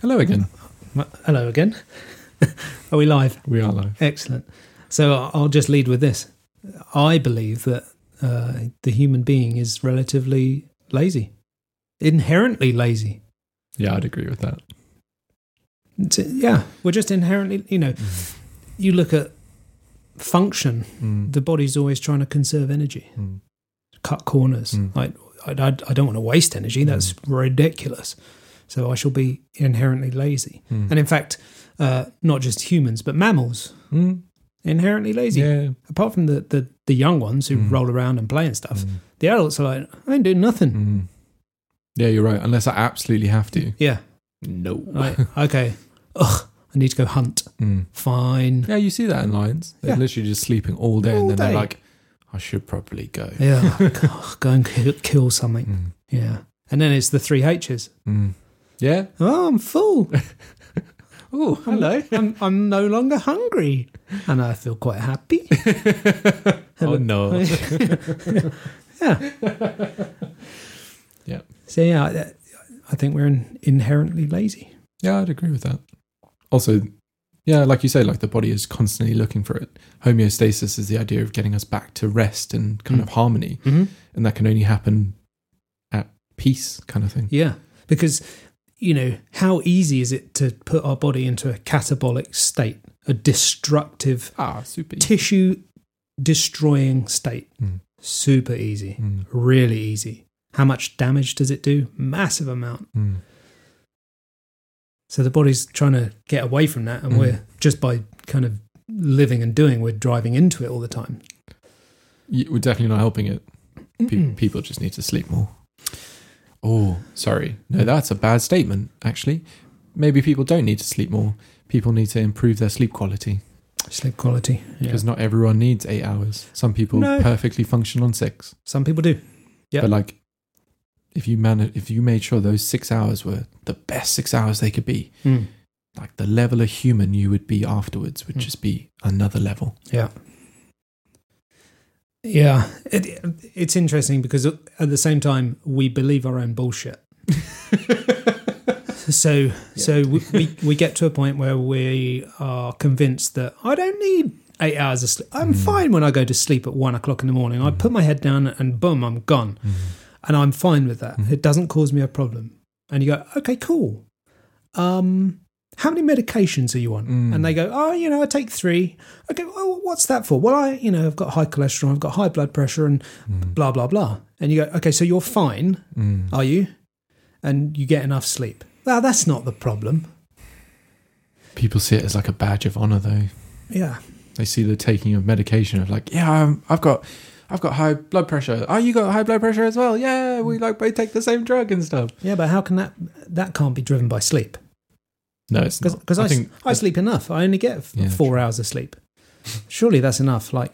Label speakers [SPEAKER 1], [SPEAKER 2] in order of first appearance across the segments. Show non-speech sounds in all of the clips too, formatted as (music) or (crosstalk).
[SPEAKER 1] Hello again.
[SPEAKER 2] Well, hello again. (laughs) Are we live?
[SPEAKER 1] We are live.
[SPEAKER 2] Excellent. So I- I'll just lead with this. I believe that uh, the human being is relatively lazy, inherently lazy.
[SPEAKER 1] Yeah, I'd agree with that.
[SPEAKER 2] It's- yeah, we're just inherently, you know, you look at function, the body's always trying to conserve energy,
[SPEAKER 1] Mm.
[SPEAKER 2] cut corners.
[SPEAKER 1] Mm.
[SPEAKER 2] Like, I, I, I don't want to waste energy. That's ridiculous. So I shall be inherently lazy.
[SPEAKER 1] Mm.
[SPEAKER 2] And in fact, uh, not just humans, but mammals
[SPEAKER 1] Mm.
[SPEAKER 2] inherently lazy.
[SPEAKER 1] Yeah.
[SPEAKER 2] Apart from the, the, the young ones who
[SPEAKER 1] Mm.
[SPEAKER 2] roll around and play and stuff,
[SPEAKER 1] Mm.
[SPEAKER 2] the adults are like, I ain't doing nothing.
[SPEAKER 1] Mm. Yeah, you're right. Unless I absolutely have to.
[SPEAKER 2] Yeah.
[SPEAKER 1] No.
[SPEAKER 2] Like, (laughs) okay. Ugh, I need to go hunt.
[SPEAKER 1] Mm. (laughs)
[SPEAKER 2] Fine.
[SPEAKER 1] Yeah, you see that in lions. They're
[SPEAKER 2] Yeah.
[SPEAKER 1] literally just sleeping all day
[SPEAKER 2] All
[SPEAKER 1] and then
[SPEAKER 2] day.
[SPEAKER 1] they're like, I should probably go.
[SPEAKER 2] Yeah. Ugh, go and kill, kill something.
[SPEAKER 1] Mm.
[SPEAKER 2] Yeah. And then it's the three H's.
[SPEAKER 1] Mm. Yeah.
[SPEAKER 2] Oh,
[SPEAKER 1] (laughs)
[SPEAKER 2] I'm full.
[SPEAKER 1] Oh, hello.
[SPEAKER 2] (laughs) I'm, I'm no longer hungry. And I feel quite
[SPEAKER 1] (laughs)
[SPEAKER 2] happy.
[SPEAKER 1] (laughs) oh, no.
[SPEAKER 2] (laughs) yeah.
[SPEAKER 1] Yeah.
[SPEAKER 2] So, yeah, I, I think we're in, inherently lazy.
[SPEAKER 1] Yeah, I'd agree with that. Also, yeah, like you say, like the body is constantly looking for it. Homeostasis is the idea of getting us back to rest and kind of harmony,
[SPEAKER 2] Mm-hmm.
[SPEAKER 1] and that can only happen at peace, kind of thing.
[SPEAKER 2] Yeah, because you know how easy is it to put our body into a catabolic state, a destructive
[SPEAKER 1] Ah, super.
[SPEAKER 2] tissue destroying state?
[SPEAKER 1] Mm.
[SPEAKER 2] Super easy,
[SPEAKER 1] Mm,
[SPEAKER 2] really easy. How much damage does it do? Massive amount.
[SPEAKER 1] mm,
[SPEAKER 2] So the body's trying to get away from that, and
[SPEAKER 1] Mm.
[SPEAKER 2] we're just by kind of living and doing, we're driving into it all the time.
[SPEAKER 1] Y- We're definitely not helping it. Pe-
[SPEAKER 2] Mm-mm.
[SPEAKER 1] People just need to sleep more. Oh, sorry. No, that's a bad statement, actually. Maybe people don't need to sleep more. People need to improve their sleep quality
[SPEAKER 2] Sleep quality. Yeah.
[SPEAKER 1] because not everyone needs eight hours. Some people
[SPEAKER 2] No.
[SPEAKER 1] perfectly function on six.
[SPEAKER 2] Some people do. Yeah.
[SPEAKER 1] But like, if you man, if you made sure those six hours were the best six hours they could be,
[SPEAKER 2] Mm.
[SPEAKER 1] like the level of human you would be afterwards would
[SPEAKER 2] Mm.
[SPEAKER 1] just be another level.
[SPEAKER 2] Yeah. Yeah, it, it's interesting because at the same time we believe our own bullshit. So so we, we we get to a point where we are convinced that I don't need eight hours of sleep. I'm fine when I go to sleep at one o'clock in the morning. I put my head down and boom, I'm gone, and I'm fine with that. It doesn't cause me a problem. And you go, okay, cool. Um, how many medications are you on?
[SPEAKER 1] Mm.
[SPEAKER 2] And they go, oh, you know, I take three. Okay, well, what's that for? Well, I, you know, I've got high cholesterol, I've got high blood pressure, and blah blah blah. And you go, okay, so you're fine,
[SPEAKER 1] Mm.
[SPEAKER 2] are you? And you get enough sleep. Well, that's not the problem.
[SPEAKER 1] People see it as like a badge of honor, though.
[SPEAKER 2] Yeah,
[SPEAKER 1] They see the taking of medication of like, yeah, I'm, I've got, I've got high blood pressure. Oh, you got high blood pressure as well? Yeah, we like both take the same drug and stuff.
[SPEAKER 2] yeah, but how can that that can't be driven by sleep?
[SPEAKER 1] No, it's not.
[SPEAKER 2] Because I, s-
[SPEAKER 1] think
[SPEAKER 2] I sleep enough. I only get f-
[SPEAKER 1] Yeah,
[SPEAKER 2] four hours of sleep. Surely that's enough. Like,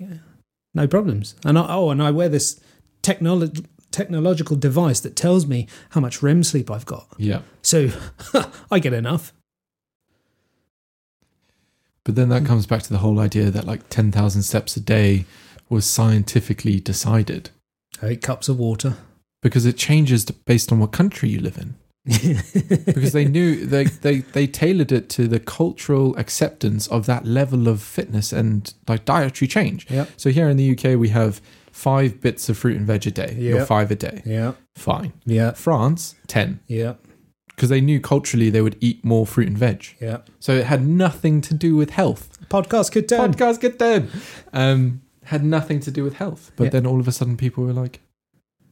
[SPEAKER 2] no problems. And I, oh, and I wear this technolo- technological device that tells me how much REM sleep I've got.
[SPEAKER 1] yeah.
[SPEAKER 2] So (laughs) I get enough.
[SPEAKER 1] But then that comes back to the whole idea that like 10,000 steps a day was scientifically decided
[SPEAKER 2] Eight cups of water.
[SPEAKER 1] because it changes d- based on what country you live in. (laughs) Because they (laughs) knew they, they, they tailored it to the cultural acceptance of that level of fitness and like dietary change.
[SPEAKER 2] (laughs) Yep.
[SPEAKER 1] So here in the UK, we have five bits of fruit and veg a day,
[SPEAKER 2] Yeah.
[SPEAKER 1] or five a day.
[SPEAKER 2] Yeah.
[SPEAKER 1] Fine.
[SPEAKER 2] Yeah.
[SPEAKER 1] France, 10.
[SPEAKER 2] Yeah.
[SPEAKER 1] Because they knew culturally they would eat more fruit and veg.
[SPEAKER 2] Yeah.
[SPEAKER 1] So it had nothing to do with health.
[SPEAKER 2] Podcast could turn.
[SPEAKER 1] Podcast get dead. Um, had nothing to do with health, but
[SPEAKER 2] Yeah.
[SPEAKER 1] then all of a sudden people were like,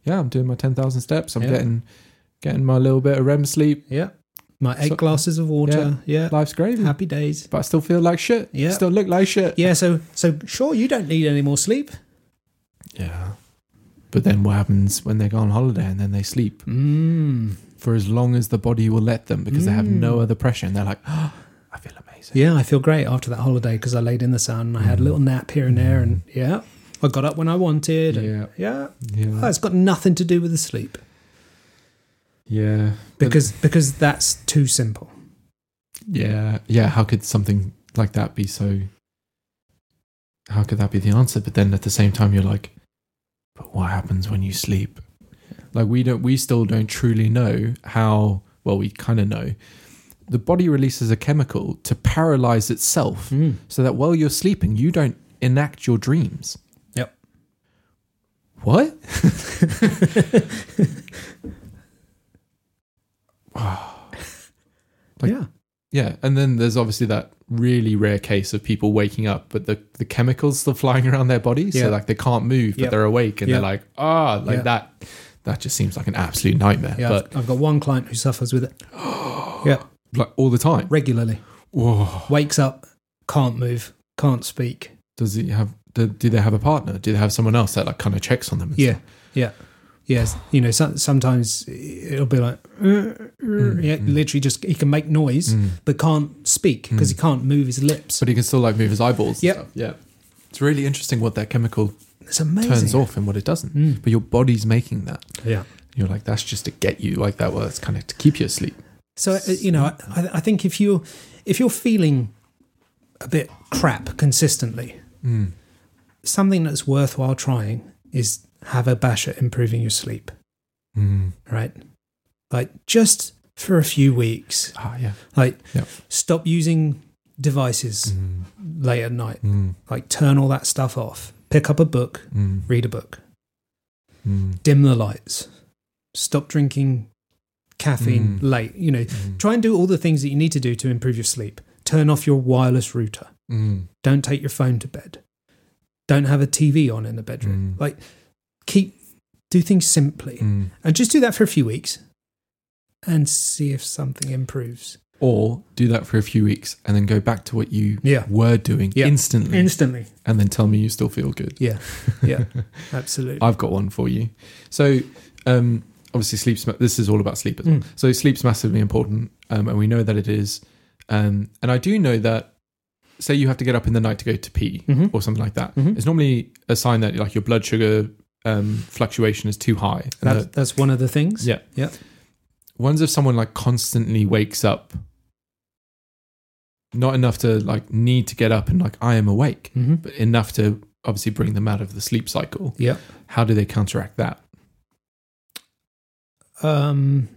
[SPEAKER 1] "Yeah, I'm doing my ten thousand steps. I'm
[SPEAKER 2] Yeah.
[SPEAKER 1] getting getting my little bit of REM sleep.
[SPEAKER 2] yeah. My eight
[SPEAKER 1] So-
[SPEAKER 2] glasses of water. Yeah.
[SPEAKER 1] Life's gravy,
[SPEAKER 2] Happy days.
[SPEAKER 1] but I still feel like shit.
[SPEAKER 2] Yeah.
[SPEAKER 1] still look like shit.
[SPEAKER 2] Yeah. So so sure you don't need any more sleep.
[SPEAKER 1] Yeah." But then what happens when they go on holiday and then they sleep
[SPEAKER 2] Mm.
[SPEAKER 1] for as long as the body will let them because they have no
[SPEAKER 2] Mm.
[SPEAKER 1] other pressure and they're like, oh, I feel amazing.
[SPEAKER 2] Yeah, I feel great after that holiday because I laid in the sun and I had a little nap here and there, and yeah, I got up when I wanted. And,
[SPEAKER 1] Yeah. Mm.
[SPEAKER 2] yeah,
[SPEAKER 1] Yeah.
[SPEAKER 2] Oh, it's got nothing to do with the sleep
[SPEAKER 1] yeah.
[SPEAKER 2] because because that's too simple.
[SPEAKER 1] Yeah, yeah. How could something like that be so? How could that be the answer? But then at the same time, you're like, but what happens when you sleep? Like we don't, we still don't truly know how. Well, we kind of know the body releases a chemical to paralyze itself
[SPEAKER 2] Mm. (laughs)
[SPEAKER 1] so that while you're sleeping, you don't enact your dreams.
[SPEAKER 2] Yep.
[SPEAKER 1] What? Like-
[SPEAKER 2] yeah.
[SPEAKER 1] Yeah, and then there's obviously that really rare case of people waking up, but the, the chemicals still (laughs) flying around their body,
[SPEAKER 2] Yeah.
[SPEAKER 1] so like they can't move, but
[SPEAKER 2] Yeah.
[SPEAKER 1] they're awake, and
[SPEAKER 2] Yeah.
[SPEAKER 1] they're like, ah, like
[SPEAKER 2] Yeah.
[SPEAKER 1] that. That just seems like an absolute nightmare,
[SPEAKER 2] Yeah.
[SPEAKER 1] but
[SPEAKER 2] I've, I've got one client who suffers with it. yeah.
[SPEAKER 1] like all the time.
[SPEAKER 2] Regularly.
[SPEAKER 1] Whoa!
[SPEAKER 2] Wakes up, can't move, can't speak.
[SPEAKER 1] Does it have? Do, do they have a partner? Do they have someone else that like kind of checks on them? and
[SPEAKER 2] Yeah.
[SPEAKER 1] stuff?
[SPEAKER 2] Yeah. Yes. You know, so, sometimes it'll be like, uh, uh, yeah, literally just, he can make noise, but can't speak because he can't move his lips.
[SPEAKER 1] Mm. Hmm. but he can still like move his eyeballs.
[SPEAKER 2] Yep.
[SPEAKER 1] And stuff. Yeah, it's really interesting what that chemical
[SPEAKER 2] it's amazing. Mm. Hmm.
[SPEAKER 1] turns off and what it doesn't. But your body's making that.
[SPEAKER 2] Yeah.
[SPEAKER 1] You're like, that's just to get you like that. Well, it's kind of to keep you asleep.
[SPEAKER 2] So uh, you know, I, I think if you if you're feeling a bit crap consistently, something that's worthwhile trying is have a bash at improving your sleep,
[SPEAKER 1] Mm.
[SPEAKER 2] right? Like just for a few weeks,
[SPEAKER 1] Ah, yeah.
[SPEAKER 2] like
[SPEAKER 1] Yeah.
[SPEAKER 2] stop using devices
[SPEAKER 1] Mm.
[SPEAKER 2] late at night,
[SPEAKER 1] Mm.
[SPEAKER 2] like turn all that stuff off, pick up a book,
[SPEAKER 1] Mm.
[SPEAKER 2] read a book,
[SPEAKER 1] Mm.
[SPEAKER 2] dim the lights, stop drinking caffeine
[SPEAKER 1] Mm.
[SPEAKER 2] late, you know, Try and do all the things that you need to do to improve your sleep. Turn off your wireless router.
[SPEAKER 1] Mm.
[SPEAKER 2] Don't take your phone to bed. Don't have a TV on in the bedroom.
[SPEAKER 1] Mm.
[SPEAKER 2] Like, keep, do things simply.
[SPEAKER 1] Mm.
[SPEAKER 2] And just do that for a few weeks and see if something improves.
[SPEAKER 1] Or do that for a few weeks and then go back to what you
[SPEAKER 2] Yeah.
[SPEAKER 1] were doing
[SPEAKER 2] Yeah.
[SPEAKER 1] instantly
[SPEAKER 2] Instantly.
[SPEAKER 1] and then tell me you still feel good.
[SPEAKER 2] Yeah.
[SPEAKER 1] (laughs)
[SPEAKER 2] Yeah. Absolutely.
[SPEAKER 1] I've got one for you. So, um, obviously, sleep's ma- this is all about sleep as well.
[SPEAKER 2] Mm.
[SPEAKER 1] So, sleep's massively important, um, and we know that it is. Um, and I do know that, say, you have to get up in the night to go to pee
[SPEAKER 2] Mhm.
[SPEAKER 1] or something like that.
[SPEAKER 2] Mhm.
[SPEAKER 1] It's normally a sign that like your blood sugar um, fluctuation is too high. And
[SPEAKER 2] That's,
[SPEAKER 1] that-
[SPEAKER 2] that's one of the things.
[SPEAKER 1] yeah,
[SPEAKER 2] Yeah.
[SPEAKER 1] Ones if someone like constantly wakes up, not enough to like need to get up and like I am awake,
[SPEAKER 2] hmm
[SPEAKER 1] but enough to obviously bring them out of the sleep cycle.
[SPEAKER 2] Yeah.
[SPEAKER 1] How do they counteract that?
[SPEAKER 2] Um,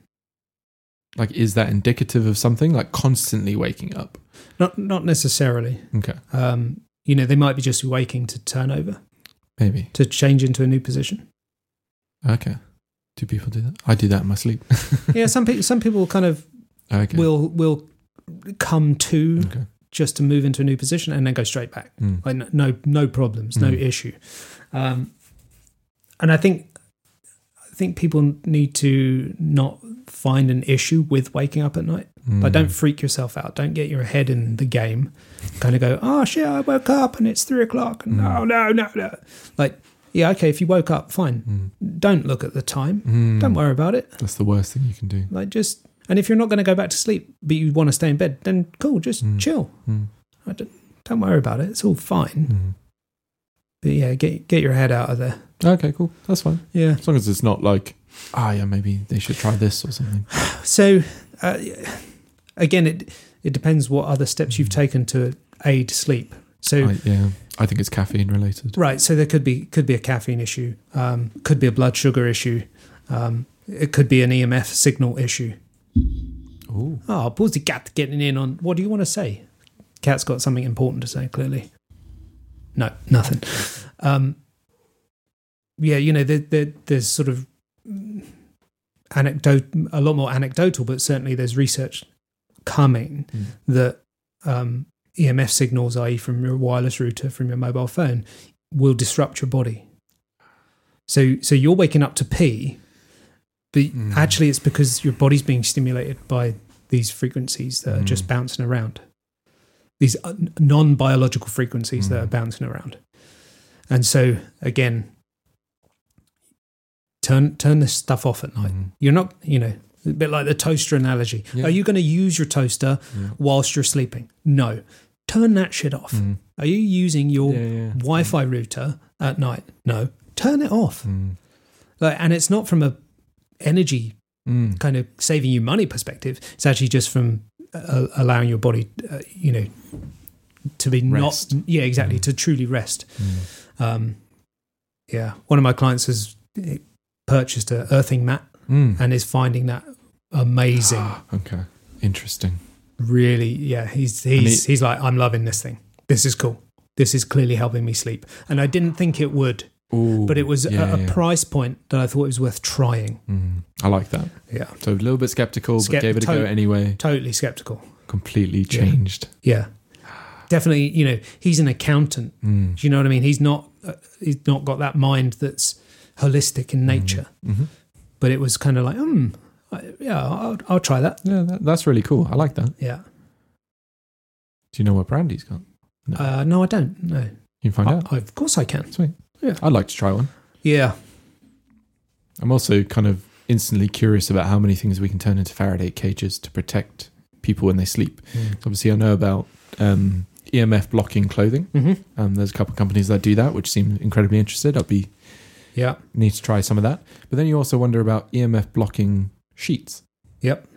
[SPEAKER 1] Like, is that indicative of something like constantly waking up?
[SPEAKER 2] not, not necessarily.
[SPEAKER 1] Okay,
[SPEAKER 2] Um, you know, they might be just waking to turn over,
[SPEAKER 1] maybe.
[SPEAKER 2] to change into a new position.
[SPEAKER 1] Okay. Do people do that? I do that in my sleep. (laughs)
[SPEAKER 2] yeah, some people some people kind of
[SPEAKER 1] Okay.
[SPEAKER 2] will will come to
[SPEAKER 1] okay.
[SPEAKER 2] just to move into a new position and then go straight back.
[SPEAKER 1] Mm.
[SPEAKER 2] Like no no, no problems, no
[SPEAKER 1] Mm.
[SPEAKER 2] issue. Um, and I think I think people need to not find an issue with waking up at night.
[SPEAKER 1] Mm.
[SPEAKER 2] Like don't freak yourself out. Don't get your head in the game. kind of go, oh shit, I woke up and it's three o'clock. No, no, no, no. Like yeah, okay, if you woke up, fine.
[SPEAKER 1] Mm.
[SPEAKER 2] Don't look at the time.
[SPEAKER 1] Mm.
[SPEAKER 2] Don't worry about it.
[SPEAKER 1] That's the worst thing you can do.
[SPEAKER 2] Like just, and if you're not going to go back to sleep, but you want to stay in bed, then cool, just
[SPEAKER 1] Mm.
[SPEAKER 2] chill.
[SPEAKER 1] Mm.
[SPEAKER 2] I don't, don't worry about it. It's all fine.
[SPEAKER 1] Mm.
[SPEAKER 2] But yeah, get get your head out of there.
[SPEAKER 1] Okay, cool. That's fine.
[SPEAKER 2] Yeah.
[SPEAKER 1] As long as it's not like, ah, yeah, maybe they should try this or something.
[SPEAKER 2] So, uh, again, it it depends what other steps you've taken to aid sleep. So
[SPEAKER 1] I, yeah, I think it's caffeine related.
[SPEAKER 2] right, so there could be could be a caffeine issue, um, could be a blood sugar issue, um, it could be an EMF signal issue.
[SPEAKER 1] Oh,
[SPEAKER 2] Oh, pause the cat getting in on. What do you want to say? Cat's got something important to say. Clearly, no, nothing. Um, yeah, you know, there, there, there's sort of mm, anecdote, a lot more anecdotal, but certainly there's research coming
[SPEAKER 1] Mm.
[SPEAKER 2] that um, EMF signals, i.e., from your wireless router from your mobile phone, will disrupt your body. So, so you're waking up to pee, but
[SPEAKER 1] Mm.
[SPEAKER 2] actually, it's because your body's being stimulated by these frequencies that are just
[SPEAKER 1] Mm.
[SPEAKER 2] bouncing around. These uh, non biological frequencies that
[SPEAKER 1] Mm.
[SPEAKER 2] are bouncing around. And so, again, turn turn this stuff off at night.
[SPEAKER 1] Mm.
[SPEAKER 2] You're not, you know, a bit like the toaster analogy.
[SPEAKER 1] Yeah.
[SPEAKER 2] Are you going to use your toaster
[SPEAKER 1] yeah.
[SPEAKER 2] whilst you're sleeping? No. Turn that shit off.
[SPEAKER 1] Mm.
[SPEAKER 2] Are you using your
[SPEAKER 1] Yeah, yeah.
[SPEAKER 2] Wi Fi router at night? No. Turn it off.
[SPEAKER 1] Mm.
[SPEAKER 2] Like, and it's not from a energy
[SPEAKER 1] Mm.
[SPEAKER 2] kind of saving you money perspective. It's actually just from uh, allowing your body, uh, you know, to be
[SPEAKER 1] Rest.
[SPEAKER 2] not yeah exactly
[SPEAKER 1] Mm.
[SPEAKER 2] to truly rest.
[SPEAKER 1] Mm.
[SPEAKER 2] Um, yeah, one of my clients has eh, purchased a earthing mat
[SPEAKER 1] Mm. (gasps)
[SPEAKER 2] and is finding that amazing.
[SPEAKER 1] okay, interesting.
[SPEAKER 2] really, yeah, he's he's he's like, I'm loving this thing. This is cool. This is clearly helping me sleep, and I didn't think it would,
[SPEAKER 1] Ooh,
[SPEAKER 2] but it was
[SPEAKER 1] yeah,
[SPEAKER 2] at a
[SPEAKER 1] yeah.
[SPEAKER 2] price point that I thought it was worth trying.
[SPEAKER 1] Mm, I like that.
[SPEAKER 2] Yeah,
[SPEAKER 1] So a little bit skeptical, but
[SPEAKER 2] Skept-
[SPEAKER 1] gave it a go
[SPEAKER 2] to-
[SPEAKER 1] anyway.
[SPEAKER 2] totally skeptical.
[SPEAKER 1] Completely changed.
[SPEAKER 2] Yeah, definitely. You know, he's an accountant.
[SPEAKER 1] Mm.
[SPEAKER 2] Do you know what I mean? He's not uh, he's not got that mind that's holistic in nature.
[SPEAKER 1] Mhm.
[SPEAKER 2] But it was kind of like, hmm, I, yeah, I'll, I'll try that.
[SPEAKER 1] Yeah, that, that's really cool. I like that.
[SPEAKER 2] Yeah.
[SPEAKER 1] Do you know what brand he's got? No.
[SPEAKER 2] Uh, no, I don't. No.
[SPEAKER 1] You can find out.
[SPEAKER 2] I, I- of course I can.
[SPEAKER 1] I'd like to try one.
[SPEAKER 2] Yeah.
[SPEAKER 1] I'm also kind of instantly curious about how many things we can turn into Faraday cages to protect people when they sleep. Obviously, I know about um, EMF blocking clothing.
[SPEAKER 2] hmm
[SPEAKER 1] Um, there's a couple of companies that do that, which seem incredibly interested. I'd be
[SPEAKER 2] Yeah.
[SPEAKER 1] need to try some of that. But then you also wonder about EMF blocking sheets.
[SPEAKER 2] Yep.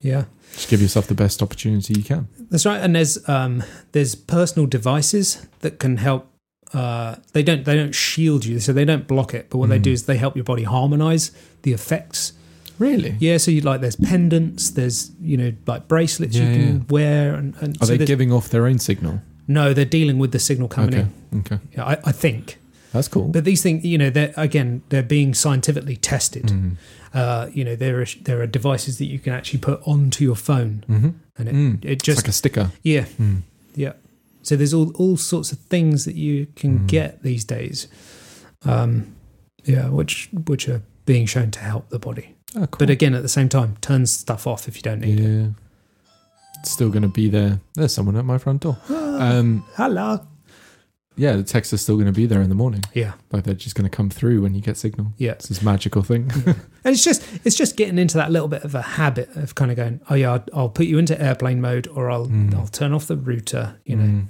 [SPEAKER 2] Yeah.
[SPEAKER 1] Just give yourself the best opportunity you can.
[SPEAKER 2] That's right. And there's um, there's personal devices that can help. Uh, they don't they don't shield you, so they don't block it. But what they
[SPEAKER 1] Mm.
[SPEAKER 2] do is they help your body harmonize the effects.
[SPEAKER 1] Really?
[SPEAKER 2] Yeah. So you like there's pendants, there's you know like bracelets
[SPEAKER 1] Yeah,
[SPEAKER 2] you can
[SPEAKER 1] yeah.
[SPEAKER 2] wear, and, and
[SPEAKER 1] Are
[SPEAKER 2] so
[SPEAKER 1] they
[SPEAKER 2] there's-
[SPEAKER 1] giving off their own signal?
[SPEAKER 2] no, they're dealing with the signal coming
[SPEAKER 1] okay.
[SPEAKER 2] in.
[SPEAKER 1] Okay.
[SPEAKER 2] Yeah, I, I think.
[SPEAKER 1] That's cool.
[SPEAKER 2] But these things, you know, they're again they're being scientifically tested.
[SPEAKER 1] Mm.
[SPEAKER 2] Uh, you know, there are there are devices that you can actually put onto your phone,
[SPEAKER 1] hmm
[SPEAKER 2] and it
[SPEAKER 1] Mm. Just
[SPEAKER 2] it just
[SPEAKER 1] like a sticker.
[SPEAKER 2] yeah
[SPEAKER 1] Mm.
[SPEAKER 2] Yeah. So there's all, all sorts of things that you can
[SPEAKER 1] Mhm.
[SPEAKER 2] get these days. Um, yeah, which which are being shown to help the body.
[SPEAKER 1] Oh, cool.
[SPEAKER 2] But again, at the same time, turn stuff off if you don't need it.
[SPEAKER 1] yeah. It's still going to be there. There's someone at my front door. Um,
[SPEAKER 2] (gasps) Hello.
[SPEAKER 1] yeah, the text is still going to be there in the morning.
[SPEAKER 2] Yeah,
[SPEAKER 1] Like they're just going to come through when you get signal.
[SPEAKER 2] yeah.
[SPEAKER 1] It's this magical thing. (laughs)
[SPEAKER 2] And it's just it's just getting into that little bit of a habit of kind of going, oh yeah, I'll, I'll put you into airplane mode, or I'll
[SPEAKER 1] Mm.
[SPEAKER 2] I'll turn off the router. You know,
[SPEAKER 1] Mm.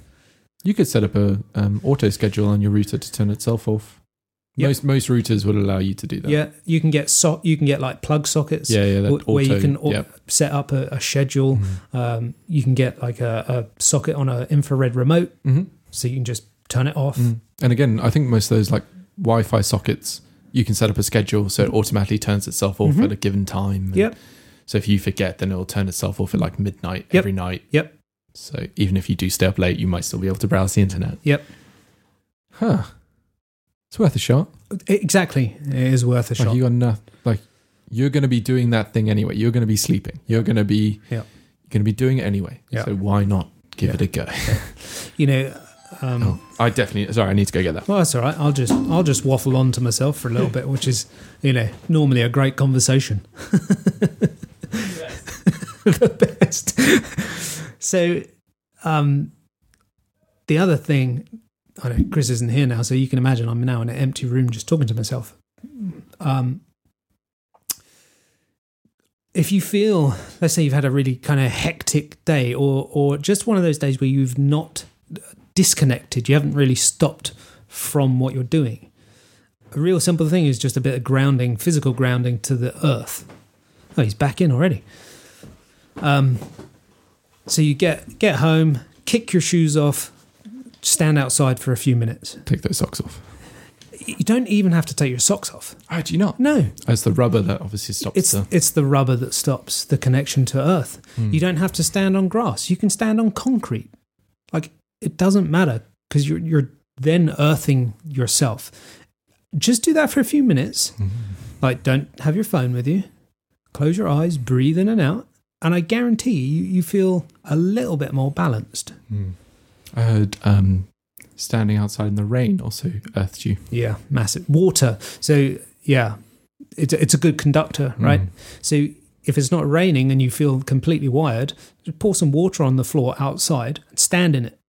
[SPEAKER 1] You could set up a um, auto schedule on your router to turn itself off.
[SPEAKER 2] Yep.
[SPEAKER 1] Most most routers would allow you to do that.
[SPEAKER 2] yeah, you can get so you can get like plug sockets.
[SPEAKER 1] yeah, yeah. That
[SPEAKER 2] wh- where you
[SPEAKER 1] auto-
[SPEAKER 2] can au-
[SPEAKER 1] yeah.
[SPEAKER 2] set up a, a schedule.
[SPEAKER 1] Mhm.
[SPEAKER 2] Um, you can get like a, a socket on an infrared remote,
[SPEAKER 1] Mhm.
[SPEAKER 2] so you can just turn it off.
[SPEAKER 1] Mm. And again, I think most of those like Wi-Fi sockets, you can set up a schedule so it automatically turns itself off
[SPEAKER 2] Mhm.
[SPEAKER 1] at a given time. And
[SPEAKER 2] Yep.
[SPEAKER 1] So if you forget, then it'll turn itself off at like midnight
[SPEAKER 2] Yep.
[SPEAKER 1] every night.
[SPEAKER 2] Yep.
[SPEAKER 1] So even if you do stay up late, you might still be able to browse the internet.
[SPEAKER 2] Yep.
[SPEAKER 1] Huh. It's worth a shot.
[SPEAKER 2] Exactly, it is worth a
[SPEAKER 1] Like
[SPEAKER 2] shot.
[SPEAKER 1] you got enough. Like you're going to be doing that thing anyway. You're going to be sleeping. You're going to be.
[SPEAKER 2] Yeah.
[SPEAKER 1] You're going to be doing it anyway.
[SPEAKER 2] Yeah.
[SPEAKER 1] So why not give
[SPEAKER 2] Yeah.
[SPEAKER 1] it a go?
[SPEAKER 2] You know, um,
[SPEAKER 1] Oh, I definitely. Sorry, I need to go get that.
[SPEAKER 2] well that's all right. I'll just I'll just waffle on to myself for a little bit, which is you know normally a great conversation. (laughs) the best. so, um, the other thing, I know Chris isn't here now, so you can imagine I'm now in an empty room just talking to myself. Um, if you feel, let's say you've had a really kind of hectic day, or or just one of those days where you've not disconnected, you haven't really stopped from what you're doing. A real simple thing is just a bit of grounding, physical grounding to the earth. Oh, he's back in already. Um, so you get get home, kick your shoes off, stand outside for a few minutes.
[SPEAKER 1] Take those socks off.
[SPEAKER 2] You don't even have to take your socks off.
[SPEAKER 1] Oh, do you not?
[SPEAKER 2] No,
[SPEAKER 1] It's the rubber that obviously stops
[SPEAKER 2] it's
[SPEAKER 1] the. Hmm.
[SPEAKER 2] it's the rubber that stops the connection to earth. You don't have to stand on grass. You can stand on concrete. Like it doesn't matter because you're you're then earthing yourself. Just do that for a few minutes.
[SPEAKER 1] Mm-hmm.
[SPEAKER 2] Like don't have your phone with you. Close your eyes, breathe in and out, and I guarantee you you feel a little bit more balanced.
[SPEAKER 1] Mm. I heard um, standing outside in the rain also earthed you.
[SPEAKER 2] Yeah, massive water. So yeah, it's it's a good conductor, right?
[SPEAKER 1] Mm.
[SPEAKER 2] So if it's not raining and you feel completely wired, just pour some water on the floor outside and stand in it.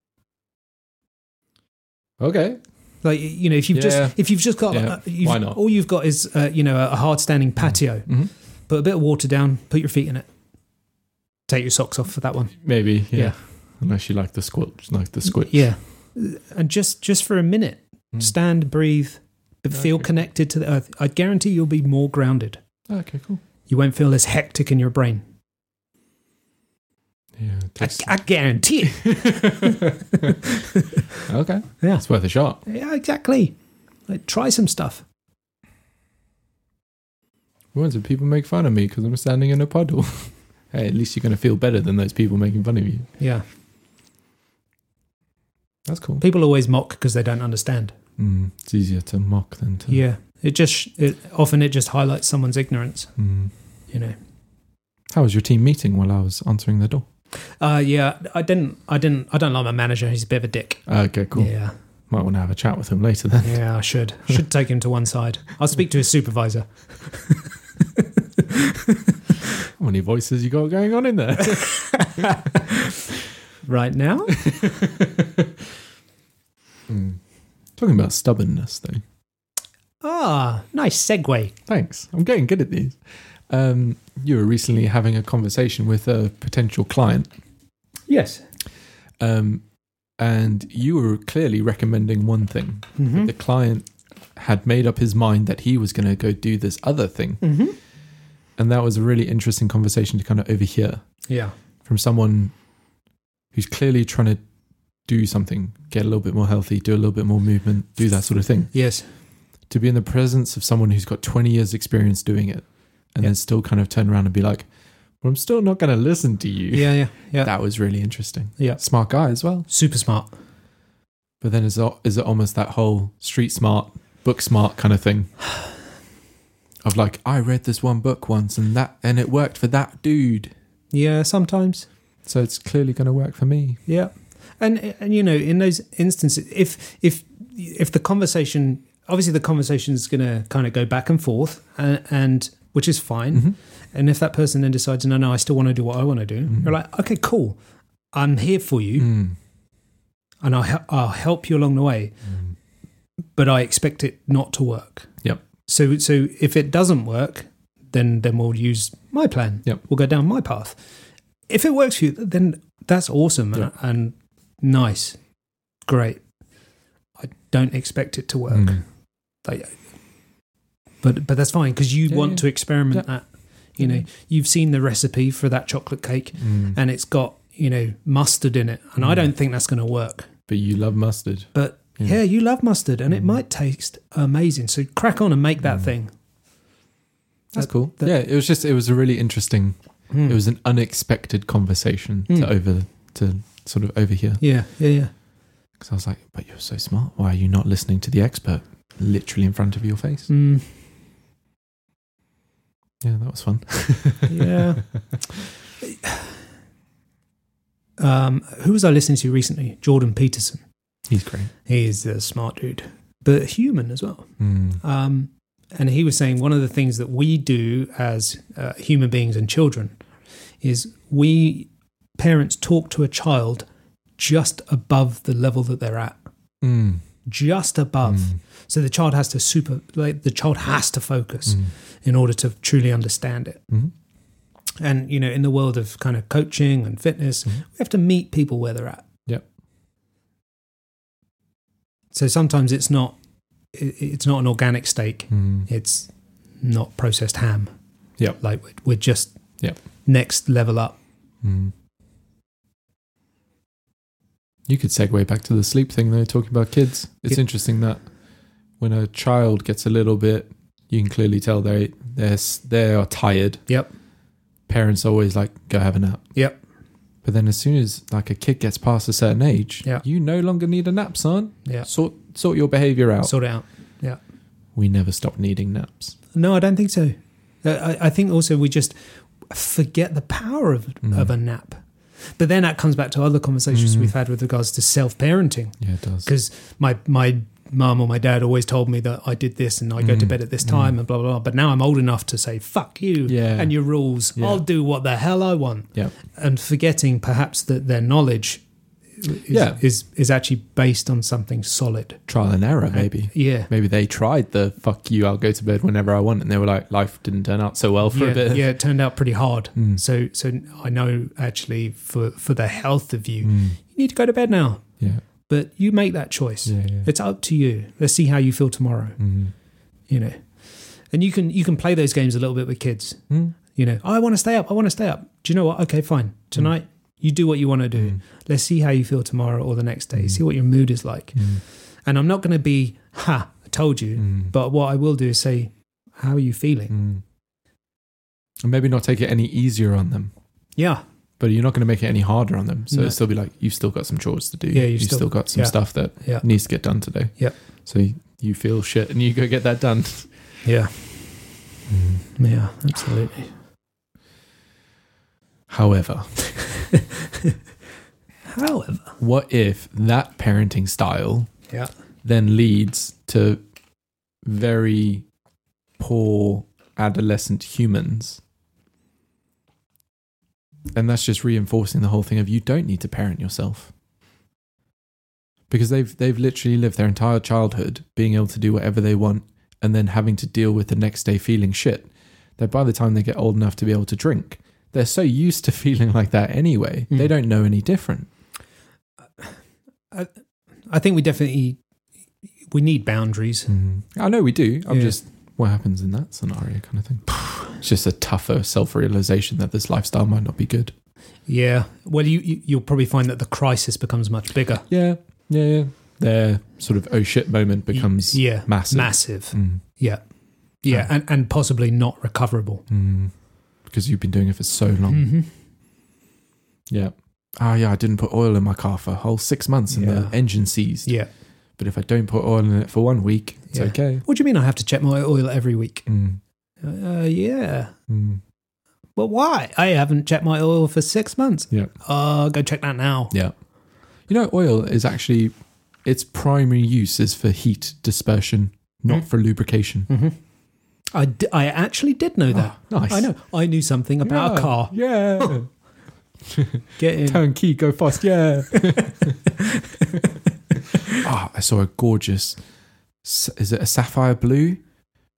[SPEAKER 1] Okay.
[SPEAKER 2] Like you know, if you've
[SPEAKER 1] Yeah.
[SPEAKER 2] just if you've just got
[SPEAKER 1] Yeah,
[SPEAKER 2] uh, you've,
[SPEAKER 1] why not?
[SPEAKER 2] all you've got is uh, you know a hard standing patio.
[SPEAKER 1] Mhm.
[SPEAKER 2] Put a bit of water down. Put your feet in it. Take your socks off for that one.
[SPEAKER 1] Maybe. Yeah.
[SPEAKER 2] Yeah.
[SPEAKER 1] Unless you like the squelch, like the squelch.
[SPEAKER 2] Yeah, and just just for a minute,
[SPEAKER 1] Mm.
[SPEAKER 2] stand, breathe, but feel
[SPEAKER 1] Okay.
[SPEAKER 2] connected to the earth. I guarantee you'll be more grounded.
[SPEAKER 1] Okay. Cool.
[SPEAKER 2] You won't feel as hectic in your brain.
[SPEAKER 1] Yeah. it
[SPEAKER 2] I,
[SPEAKER 1] takes-
[SPEAKER 2] I guarantee it.
[SPEAKER 1] (laughs)
[SPEAKER 2] (laughs)
[SPEAKER 1] okay.
[SPEAKER 2] Yeah.
[SPEAKER 1] It's worth a shot.
[SPEAKER 2] Yeah, exactly. Like, try some stuff.
[SPEAKER 1] Once people make fun of me because I'm standing in a puddle. (laughs) hey, at least you're going to feel better than those people making fun of you.
[SPEAKER 2] Yeah.
[SPEAKER 1] That's cool.
[SPEAKER 2] People always mock because they don't understand.
[SPEAKER 1] Mm, it's easier to mock than to.
[SPEAKER 2] Yeah. It just, it, often it just highlights someone's ignorance,
[SPEAKER 1] Mm.
[SPEAKER 2] you know.
[SPEAKER 1] How was your team meeting while I was answering the door?
[SPEAKER 2] Uh, yeah, I didn't, I didn't, I don't like my manager. He's a bit of a dick.
[SPEAKER 1] Ah, Okay, cool.
[SPEAKER 2] Yeah.
[SPEAKER 1] Might want to have a chat with him later then. (laughs)
[SPEAKER 2] Yeah, I (laughs) should. Should take him to one side. I'll speak to his supervisor.
[SPEAKER 1] How many voices you got going on in there? (laughs)
[SPEAKER 2] Right now?
[SPEAKER 1] Mm. Talking about stubbornness, though.
[SPEAKER 2] Ah, nice segue.
[SPEAKER 1] Thanks. I'm getting good at these. Um, you were recently having a conversation with a potential client,
[SPEAKER 2] Yes.
[SPEAKER 1] um, and you were clearly recommending one thing.
[SPEAKER 2] Mm-hmm.
[SPEAKER 1] The client had made up his mind that he was going to go do this other thing,
[SPEAKER 2] Mm-hmm.
[SPEAKER 1] and that was a really interesting conversation to kind of overhear
[SPEAKER 2] Yeah.
[SPEAKER 1] from someone who's clearly trying to do something, get a little bit more healthy, do a little bit more movement, do that sort of thing.
[SPEAKER 2] Yes.
[SPEAKER 1] to be in the presence of someone who's got 20 years experience doing it and
[SPEAKER 2] Yeah.
[SPEAKER 1] then still kind of turn around and be like well i'm still not going to listen to you
[SPEAKER 2] Yeah, yeah, yeah.
[SPEAKER 1] that was really interesting
[SPEAKER 2] Yeah.
[SPEAKER 1] smart guy as well
[SPEAKER 2] Super smart.
[SPEAKER 1] but then is it, is it almost that whole street smart book smart kind of thing of like i read this one book once and that and it worked for that dude
[SPEAKER 2] Yeah, sometimes.
[SPEAKER 1] so it's clearly going to work for me
[SPEAKER 2] Yeah, and and you know, in those instances, if if if the conversation, obviously, the conversation is going to kind of go back and forth, and, and which is fine.
[SPEAKER 1] Mhm.
[SPEAKER 2] And if that person then decides, no, no, I still want to do what I want to do, you're like, okay, cool, I'm here for you,
[SPEAKER 1] Mm.
[SPEAKER 2] and I'll he- I'll help you along the way, but I expect it not to work.
[SPEAKER 1] Yep.
[SPEAKER 2] So so if it doesn't work, then then we'll use my plan.
[SPEAKER 1] Yep.
[SPEAKER 2] We'll go down my path. If it works for you, then that's awesome
[SPEAKER 1] Yeah.
[SPEAKER 2] and nice, great. I don't expect it to work,
[SPEAKER 1] Mm.
[SPEAKER 2] Like, but but that's fine because you
[SPEAKER 1] Yeah,
[SPEAKER 2] want
[SPEAKER 1] yeah. Mm-hmm.
[SPEAKER 2] to experiment that. You know,
[SPEAKER 1] Yeah.
[SPEAKER 2] you've seen the recipe for that chocolate cake,
[SPEAKER 1] Mm.
[SPEAKER 2] and it's got you know mustard in it, and I
[SPEAKER 1] Mm.
[SPEAKER 2] don't think that's going to work.
[SPEAKER 1] but you love mustard
[SPEAKER 2] But
[SPEAKER 1] Yeah.
[SPEAKER 2] yeah, you love mustard, and it
[SPEAKER 1] Mm.
[SPEAKER 2] might taste amazing. So crack on and make that
[SPEAKER 1] Mm.
[SPEAKER 2] thing.
[SPEAKER 1] that's
[SPEAKER 2] That-
[SPEAKER 1] cool
[SPEAKER 2] that-
[SPEAKER 1] yeah it was just it was a really interesting it was an unexpected conversation
[SPEAKER 2] Mm.
[SPEAKER 1] to over to sort of overhear
[SPEAKER 2] yeah, yeah, yeah.
[SPEAKER 1] because I was like, "But you're so smart. Why are you not listening to the expert, literally in front of your face?"
[SPEAKER 2] Mm,
[SPEAKER 1] Yeah, that was fun. (laughs)
[SPEAKER 2] yeah. um, who was I listening to recently? Jordan Peterson.
[SPEAKER 1] He's great.
[SPEAKER 2] He's a smart dude, but human as well.
[SPEAKER 1] Mm.
[SPEAKER 2] Um, and he was saying one of the things that we do as uh, human beings and children is we parents talk to a child just above the level that they're at,
[SPEAKER 1] Mm.
[SPEAKER 2] just above.
[SPEAKER 1] Mm.
[SPEAKER 2] So the child has to super, like the child has to focus
[SPEAKER 1] Mm.
[SPEAKER 2] in order to truly understand it.
[SPEAKER 1] Mhm.
[SPEAKER 2] And you know, in the world of kind of coaching and fitness,
[SPEAKER 1] Mhm.
[SPEAKER 2] we have to meet people where they're at.
[SPEAKER 1] Yep.
[SPEAKER 2] So sometimes it's not, it- it's not an organic steak.
[SPEAKER 1] Mm.
[SPEAKER 2] It's not processed ham.
[SPEAKER 1] Yep.
[SPEAKER 2] Like we're- we're just
[SPEAKER 1] Yep.
[SPEAKER 2] next level up.
[SPEAKER 1] Mm. You could segue back to the sleep thing, though. Talking about kids, it's
[SPEAKER 2] Yeah.
[SPEAKER 1] interesting that when a child gets a little bit, you can clearly tell they they're s- they are tired.
[SPEAKER 2] Yep.
[SPEAKER 1] Parents always like go have a nap.
[SPEAKER 2] Yep.
[SPEAKER 1] But then as soon as like a kid gets past a certain age,
[SPEAKER 2] Yeah.
[SPEAKER 1] you no longer need a nap, son.
[SPEAKER 2] Yeah.
[SPEAKER 1] sort sort your behavior out.
[SPEAKER 2] Sort it out.
[SPEAKER 1] we never stop needing naps.
[SPEAKER 2] No, I don't think so. I- I, I think also we just forget the power of,
[SPEAKER 1] Mm.
[SPEAKER 2] of a nap. But then that comes back to other conversations
[SPEAKER 1] Mm.
[SPEAKER 2] we've had with regards to self parenting.
[SPEAKER 1] Yeah, it does.
[SPEAKER 2] Because my, my mum or my dad always told me that I did this and I go to
[SPEAKER 1] Mm.
[SPEAKER 2] bed at this time and blah, blah, blah. But now I'm old enough to say, fuck you
[SPEAKER 1] Yeah.
[SPEAKER 2] and your rules.
[SPEAKER 1] Yeah.
[SPEAKER 2] I'll do what the hell I want.
[SPEAKER 1] Yeah.
[SPEAKER 2] And forgetting perhaps that their knowledge is,
[SPEAKER 1] Yeah.
[SPEAKER 2] is, is actually based on something solid.
[SPEAKER 1] Trial and error, maybe.
[SPEAKER 2] Yeah.
[SPEAKER 1] Maybe they tried the fuck you, I'll go to bed whenever I want, and they were like, life didn't turn out so well for
[SPEAKER 2] yeah,
[SPEAKER 1] a bit.
[SPEAKER 2] yeah, it turned out pretty hard.
[SPEAKER 1] Mm.
[SPEAKER 2] So, so I know actually for for the health of you,
[SPEAKER 1] (laughs) Mm.
[SPEAKER 2] you need to go to bed now.
[SPEAKER 1] Yeah.
[SPEAKER 2] But you make that choice.
[SPEAKER 1] Yeah. yeah.
[SPEAKER 2] It's up to you. Let's see how you feel tomorrow.
[SPEAKER 1] Mm.
[SPEAKER 2] You know, and you can you can play those games a little bit with kids.
[SPEAKER 1] Mm.
[SPEAKER 2] You know, I want to stay up. I want to stay up. Do you know what? Okay, fine. Tonight, you do what you want to do.
[SPEAKER 1] Mm.
[SPEAKER 2] Let's see how you feel tomorrow or the next day.
[SPEAKER 1] Hmm.
[SPEAKER 2] See what your mood is like.
[SPEAKER 1] Mm.
[SPEAKER 2] And I'm not going to be ha. I told you.
[SPEAKER 1] Mm.
[SPEAKER 2] But what I will do is say, how are you feeling?
[SPEAKER 1] Mm. And maybe not take it any easier on them.
[SPEAKER 2] Yeah.
[SPEAKER 1] but you're not going to make it any harder on them. So
[SPEAKER 2] No.
[SPEAKER 1] it'll still be like you've still got some chores to do.
[SPEAKER 2] Yeah, you've
[SPEAKER 1] you've
[SPEAKER 2] still-
[SPEAKER 1] still, got some
[SPEAKER 2] yeah.
[SPEAKER 1] stuff that
[SPEAKER 2] Yeah.
[SPEAKER 1] needs to get done today.
[SPEAKER 2] Yep.
[SPEAKER 1] So you, you feel shit and you go get that
[SPEAKER 2] (laughs)
[SPEAKER 1] done.
[SPEAKER 2] Yeah. Yeah, absolutely.
[SPEAKER 1] However,
[SPEAKER 2] (laughs) However,
[SPEAKER 1] what if that parenting style
[SPEAKER 2] Yeah.
[SPEAKER 1] then leads to very poor adolescent humans? And that's just reinforcing the whole thing of you don't need to parent yourself. Because they've they've literally lived their entire childhood being able to do whatever they want and then having to deal with the next day feeling shit. That by the time they get old enough to be able to drink, they're so used to (laughs) feeling like that anyway.
[SPEAKER 2] Mm.
[SPEAKER 1] They don't know any different.
[SPEAKER 2] I think we definitely we need boundaries.
[SPEAKER 1] I know we do. I'm
[SPEAKER 2] Mm-hmm. Yeah.
[SPEAKER 1] just what happens in that scenario kind of thing. (sighs) It's just a tougher self-realization that this lifestyle might not be good.
[SPEAKER 2] Yeah. Well, you, you you'll probably find that the crisis becomes much bigger.
[SPEAKER 1] Yeah, yeah, yeah. Their sort of oh shit moment becomes
[SPEAKER 2] yeah
[SPEAKER 1] massive.
[SPEAKER 2] massive.
[SPEAKER 1] Mm,
[SPEAKER 2] Yeah. Yeah,
[SPEAKER 1] Oh.
[SPEAKER 2] and, and possibly not recoverable.
[SPEAKER 1] mm. Because you've been doing it for so long.
[SPEAKER 2] Mm-hmm.
[SPEAKER 1] Yeah. Ah, yeah. I didn't put oil in my car for a whole six months, and
[SPEAKER 2] Yeah.
[SPEAKER 1] the engine seized.
[SPEAKER 2] Yeah.
[SPEAKER 1] But if I don't put oil in it for one week, it's
[SPEAKER 2] Yeah.
[SPEAKER 1] okay.
[SPEAKER 2] What do you mean I have to check my oil every week?
[SPEAKER 1] Mm,
[SPEAKER 2] Uh, yeah.
[SPEAKER 1] mm.
[SPEAKER 2] Well, why? I haven't checked my oil for six months.
[SPEAKER 1] Yeah.
[SPEAKER 2] Uh, go check that now.
[SPEAKER 1] Yeah. You know, oil is actually its primary use is for heat dispersion, not
[SPEAKER 2] Mm.
[SPEAKER 1] for lubrication.
[SPEAKER 2] Mm-hmm. I, d- I actually did know that.
[SPEAKER 1] Oh, (gasps) nice.
[SPEAKER 2] I
[SPEAKER 1] (laughs)
[SPEAKER 2] know. I knew something about a
[SPEAKER 1] Yeah,
[SPEAKER 2] car.
[SPEAKER 1] (laughs) Yeah.
[SPEAKER 2] Get in.
[SPEAKER 1] Turnkey, go fast. Yeah. Ah, I saw a gorgeous. s- Is it a sapphire blue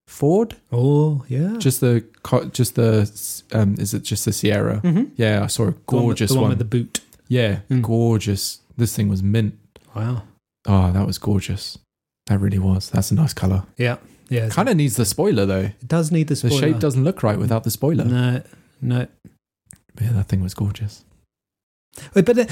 [SPEAKER 1] Ford?
[SPEAKER 2] (laughs) Oh, yeah.
[SPEAKER 1] Just the co- just the s- um. Is it just the Sierra?
[SPEAKER 2] Mhm.
[SPEAKER 1] Yeah, I saw a
[SPEAKER 2] The one with-
[SPEAKER 1] gorgeous
[SPEAKER 2] The one,
[SPEAKER 1] one.
[SPEAKER 2] with the boot.
[SPEAKER 1] yeah,
[SPEAKER 2] Mm.
[SPEAKER 1] gorgeous. This thing was mint.
[SPEAKER 2] Wow.
[SPEAKER 1] Oh, that was gorgeous. That really was. That's a nice color.
[SPEAKER 2] Yeah. Yeah.
[SPEAKER 1] Kind of needs the spoiler though.
[SPEAKER 2] It does need the
[SPEAKER 1] The
[SPEAKER 2] spoiler.
[SPEAKER 1] shape doesn't look right without the spoiler.
[SPEAKER 2] No, no.
[SPEAKER 1] But yeah, that thing was gorgeous.
[SPEAKER 2] But but, uh,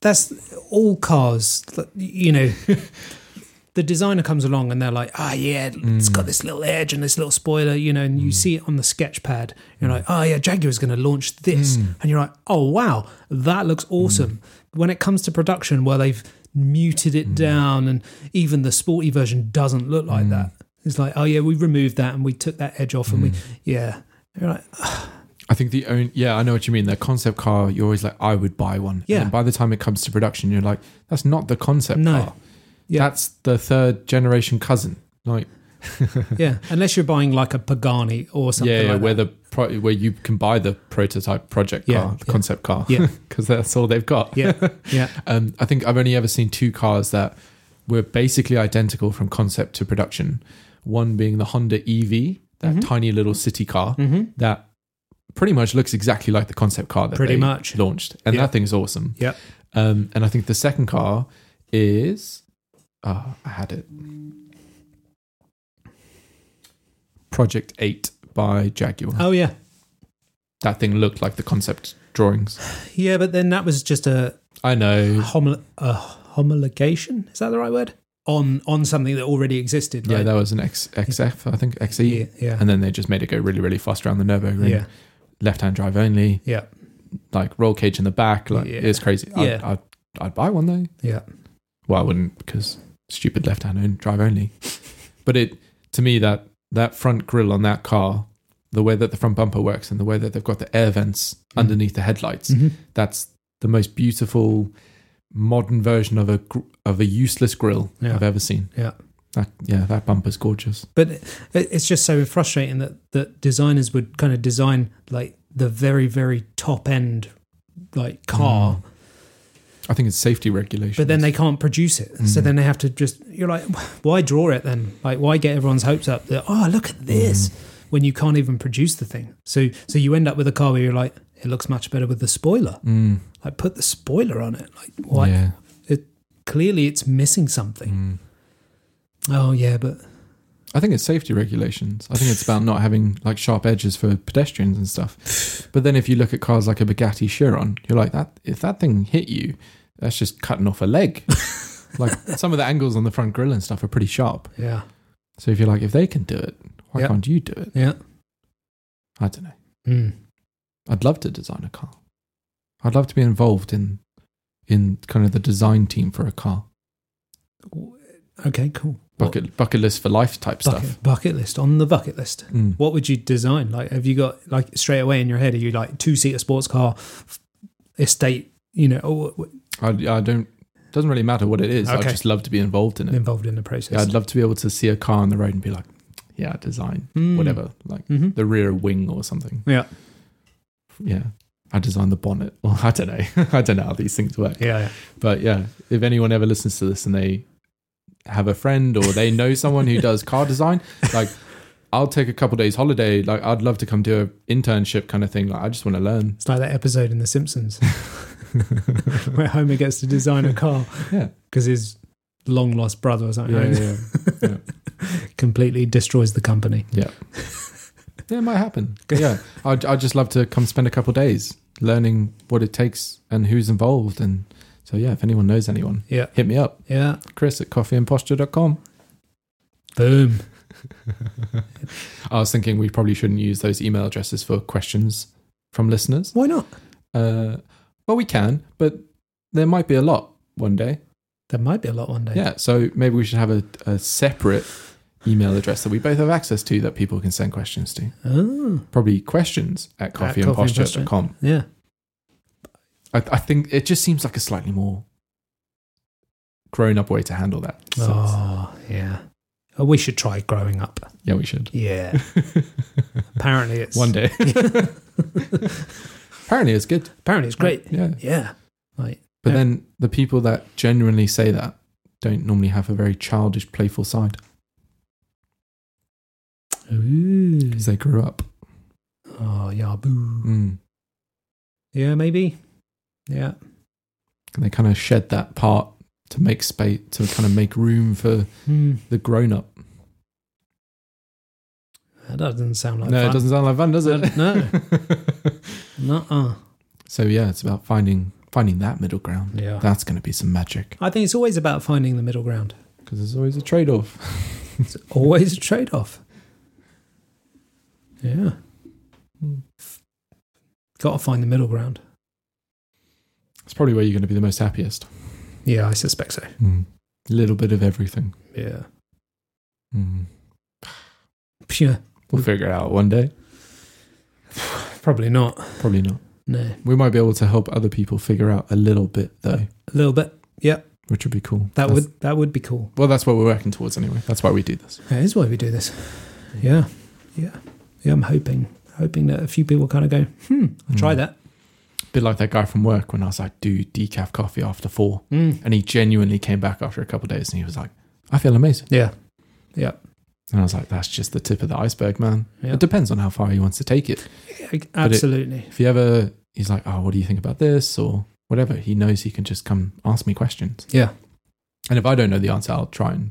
[SPEAKER 2] that's all cars. You know, (laughs) the designer comes along and they're like, oh, yeah, it's
[SPEAKER 1] Mm.
[SPEAKER 2] got this little edge and this little spoiler, you know, and you
[SPEAKER 1] Mm.
[SPEAKER 2] see it on the sketch pad. You're like, oh, yeah, Jaguar's going to launch this.
[SPEAKER 1] Mm.
[SPEAKER 2] And you're like, oh, wow, that looks awesome. When it comes to production, where they've muted it down and even the sporty version doesn't look like
[SPEAKER 1] Mm.
[SPEAKER 2] that. It's like, oh, yeah, we removed that and we took that edge off and we, yeah. You're
[SPEAKER 1] (laughs)
[SPEAKER 2] like,
[SPEAKER 1] I think the only yeah, I know what you mean. The concept car, you're always like, I would buy one.
[SPEAKER 2] Yeah.
[SPEAKER 1] And then by the time it comes to production, you're like, that's not the concept
[SPEAKER 2] No.
[SPEAKER 1] car.
[SPEAKER 2] Yeah.
[SPEAKER 1] That's the third generation cousin. Like
[SPEAKER 2] yeah, unless you're buying like a Pagani or something
[SPEAKER 1] yeah,
[SPEAKER 2] like that.
[SPEAKER 1] where the pro- where you can buy the prototype project
[SPEAKER 2] Yeah,
[SPEAKER 1] car, the
[SPEAKER 2] yeah.
[SPEAKER 1] concept car. (laughs)
[SPEAKER 2] Yeah.
[SPEAKER 1] Because that's all they've got.
[SPEAKER 2] yeah,
[SPEAKER 1] (laughs)
[SPEAKER 2] yeah,
[SPEAKER 1] Um, I think I've only ever seen two cars that were basically identical from concept to production. One being the Honda EV, that
[SPEAKER 2] Mhm.
[SPEAKER 1] tiny little city car
[SPEAKER 2] Mhm.
[SPEAKER 1] that pretty much looks exactly like the concept car that
[SPEAKER 2] Pretty
[SPEAKER 1] they
[SPEAKER 2] much.
[SPEAKER 1] launched, and
[SPEAKER 2] Yeah.
[SPEAKER 1] that thing's awesome.
[SPEAKER 2] yeah.
[SPEAKER 1] Um, and I think the second car is, ah, I had it, Project Eight by Jaguar.
[SPEAKER 2] Oh yeah,
[SPEAKER 1] That thing looked like the concept drawings.
[SPEAKER 2] yeah. But then that was just a
[SPEAKER 1] I
[SPEAKER 2] (sighs)
[SPEAKER 1] know.
[SPEAKER 2] homol- a homologation. Is that the right word? On on something that already existed.
[SPEAKER 1] Yeah,
[SPEAKER 2] right?
[SPEAKER 1] that was an X, XF, I think XE.
[SPEAKER 2] yeah, yeah,
[SPEAKER 1] and then they just made it go really really fast around the Nürburgring.
[SPEAKER 2] yeah,
[SPEAKER 1] Left hand drive only,
[SPEAKER 2] yeah,
[SPEAKER 1] like roll cage in the back. Like
[SPEAKER 2] Yeah.
[SPEAKER 1] it's crazy. I'd,
[SPEAKER 2] Yeah.
[SPEAKER 1] I'd, I'd buy one though.
[SPEAKER 2] yeah.
[SPEAKER 1] Well, I wouldn't because stupid left hand drive only. (laughs) But it to me that that front grill on that car, the way that the front bumper works and the way that they've got the air vents
[SPEAKER 2] Mm.
[SPEAKER 1] underneath the headlights,
[SPEAKER 2] Mhm.
[SPEAKER 1] that's the most beautiful modern version of a gr- of a useless grill
[SPEAKER 2] Yeah.
[SPEAKER 1] I've ever seen.
[SPEAKER 2] Yeah.
[SPEAKER 1] That, yeah, that bumper's gorgeous.
[SPEAKER 2] But it, it's just so frustrating that that designers would kind of design like the very very top end like car,
[SPEAKER 1] Mm. I think it's safety regulations.
[SPEAKER 2] but then they can't produce it. So then they have to just you're like, why draw it then? Like why get everyone's hopes up that oh look at this when you can't even produce the thing? So so you end up with a car where you're like, it looks much better with the spoiler.
[SPEAKER 1] Mm,
[SPEAKER 2] Like put the spoiler on it. Like why?
[SPEAKER 1] yeah.
[SPEAKER 2] It clearly it's missing something.
[SPEAKER 1] Mm.
[SPEAKER 2] Oh yeah, but (laughs)
[SPEAKER 1] I think it's safety regulations. I think it's about not having like sharp edges for pedestrians and
[SPEAKER 2] (laughs)
[SPEAKER 1] stuff. But then if you look at cars like a Bugatti Chiron, you're like that if that thing hit you, that's just cutting off a leg.
[SPEAKER 2] (laughs)
[SPEAKER 1] like some of the angles on the front grille and stuff are pretty sharp.
[SPEAKER 2] yeah,
[SPEAKER 1] So if you're like if they can do it, why
[SPEAKER 2] Yeah.
[SPEAKER 1] can't you do it?
[SPEAKER 2] yeah.
[SPEAKER 1] I don't know.
[SPEAKER 2] Mm.
[SPEAKER 1] I'd love to design a car. I'd love to be involved in in kind of the design team for a car.
[SPEAKER 2] Okay, cool. What-
[SPEAKER 1] Bucket bucket list for life type
[SPEAKER 2] bucket,
[SPEAKER 1] stuff.
[SPEAKER 2] bucket list on the bucket list.
[SPEAKER 1] Mm.
[SPEAKER 2] What would you design? Like, have you got like straight away in your head? Are you like two seater sports car, f- estate? You know, or, or
[SPEAKER 1] I, I don't doesn't really matter what it is. I'd
[SPEAKER 2] Okay.
[SPEAKER 1] just love to be involved in it.
[SPEAKER 2] involved in the
[SPEAKER 1] Yeah,
[SPEAKER 2] process?
[SPEAKER 1] I'd love to be able to see a car on the road and be like, yeah, design
[SPEAKER 2] Mm.
[SPEAKER 1] whatever, like
[SPEAKER 2] Mhm.
[SPEAKER 1] the rear wing or something.
[SPEAKER 2] Yeah.
[SPEAKER 1] Yeah. I designed the bonnet. Well, I don't know. (laughs) I don't know how these things work.
[SPEAKER 2] Yeah, yeah.
[SPEAKER 1] But yeah, if anyone ever listens to this and they have a friend or they know someone who does car design, like I'll take a couple days holiday. Like I'd love to come do an internship kind of thing. Like I just want to
[SPEAKER 2] (laughs)
[SPEAKER 1] learn.
[SPEAKER 2] It's like that episode in The Simpsons (laughs) where Homer gets to design a car
[SPEAKER 1] Yeah.
[SPEAKER 2] because his long lost brother or something
[SPEAKER 1] Yeah,
[SPEAKER 2] owns-
[SPEAKER 1] yeah,
[SPEAKER 2] (laughs) completely destroys the company.
[SPEAKER 1] yeah, it might happen. Yeah, I'd, I'd just love to come spend a couple days learning what it takes and who's involved. And so yeah, if anyone knows anyone,
[SPEAKER 2] Yeah.
[SPEAKER 1] hit me up,
[SPEAKER 2] (laughs) Yeah.
[SPEAKER 1] Chris at coffeeandposture.com.
[SPEAKER 2] Boom.
[SPEAKER 1] I was thinking we probably shouldn't use those email addresses for questions from listeners.
[SPEAKER 2] Why not?
[SPEAKER 1] Uh, well, we can, but there might be a lot one day.
[SPEAKER 2] There might be a lot one day.
[SPEAKER 1] Yeah, so maybe we should have a, a separate email address that we both have access to that people can send questions to.
[SPEAKER 2] Oh,
[SPEAKER 1] Probably questions at
[SPEAKER 2] coffee and
[SPEAKER 1] coffeeandposture.com.
[SPEAKER 2] yeah.
[SPEAKER 1] I, I think it just seems like a slightly more grown up way to handle that. So it's-
[SPEAKER 2] Oh, yeah. Oh, we should try growing up.
[SPEAKER 1] Yeah, we should.
[SPEAKER 2] Yeah. Apparently it's
[SPEAKER 1] (laughs) One day. Apparently it's good.
[SPEAKER 2] (laughs) Apparently it's great.
[SPEAKER 1] Yeah.
[SPEAKER 2] Yeah. Like
[SPEAKER 1] But
[SPEAKER 2] Yeah.
[SPEAKER 1] then the people that genuinely say that don't normally have a very childish, playful side
[SPEAKER 2] ooh.
[SPEAKER 1] because they grew up.
[SPEAKER 2] Oh, yeah. Boo.
[SPEAKER 1] Mm.
[SPEAKER 2] Yeah, maybe. Yeah.
[SPEAKER 1] And they kind of shed that part to make space, to kind of make room for
[SPEAKER 2] Hmm.
[SPEAKER 1] the grown up.
[SPEAKER 2] That doesn't sound like
[SPEAKER 1] no, it
[SPEAKER 2] fun.
[SPEAKER 1] doesn't sound like fun, does it?
[SPEAKER 2] No. Nuh-uh.
[SPEAKER 1] (laughs) so yeah, it's about finding finding that middle ground.
[SPEAKER 2] Yeah.
[SPEAKER 1] That's going to be some magic
[SPEAKER 2] I think it's always about finding the middle ground.
[SPEAKER 1] because there's always a trade off.
[SPEAKER 2] It's always a trade off. Yeah. Mm.
[SPEAKER 1] Hmm.
[SPEAKER 2] Got to find the middle ground.
[SPEAKER 1] It's probably where you're going to be the most happiest.
[SPEAKER 2] Yeah, I suspect so.
[SPEAKER 1] A little bit of everything.
[SPEAKER 2] Yeah.
[SPEAKER 1] Mm.
[SPEAKER 2] Phew,
[SPEAKER 1] We'll figure it out one day.
[SPEAKER 2] probably not.
[SPEAKER 1] Probably not.
[SPEAKER 2] No. A
[SPEAKER 1] We might be able to help other people figure out a little bit though,
[SPEAKER 2] little bit. Yep.
[SPEAKER 1] which would be cool.
[SPEAKER 2] That
[SPEAKER 1] That's-
[SPEAKER 2] would that would be cool.
[SPEAKER 1] Well, that's what we're working towards anyway. That's why we do this.
[SPEAKER 2] That is why we do this. Yeah. Yeah. Yeah, I'm hoping hoping that a few people kind of go, hmm, I'll try
[SPEAKER 1] Mm.
[SPEAKER 2] that.
[SPEAKER 1] bit like that guy from work when I was like, do decaf coffee after four.
[SPEAKER 2] Mm.
[SPEAKER 1] And he genuinely came back after a couple of days and he was like, I feel amazing.
[SPEAKER 2] Yeah.
[SPEAKER 1] And I was like, that's just the tip of the iceberg, man.
[SPEAKER 2] Yeah.
[SPEAKER 1] It depends on how far he wants to take it.
[SPEAKER 2] Yeah, Absolutely.
[SPEAKER 1] If he ever, he's like, oh, what do you think about this or whatever, he knows he can just come ask me questions.
[SPEAKER 2] Yeah.
[SPEAKER 1] And if I don't know the answer, I'll try and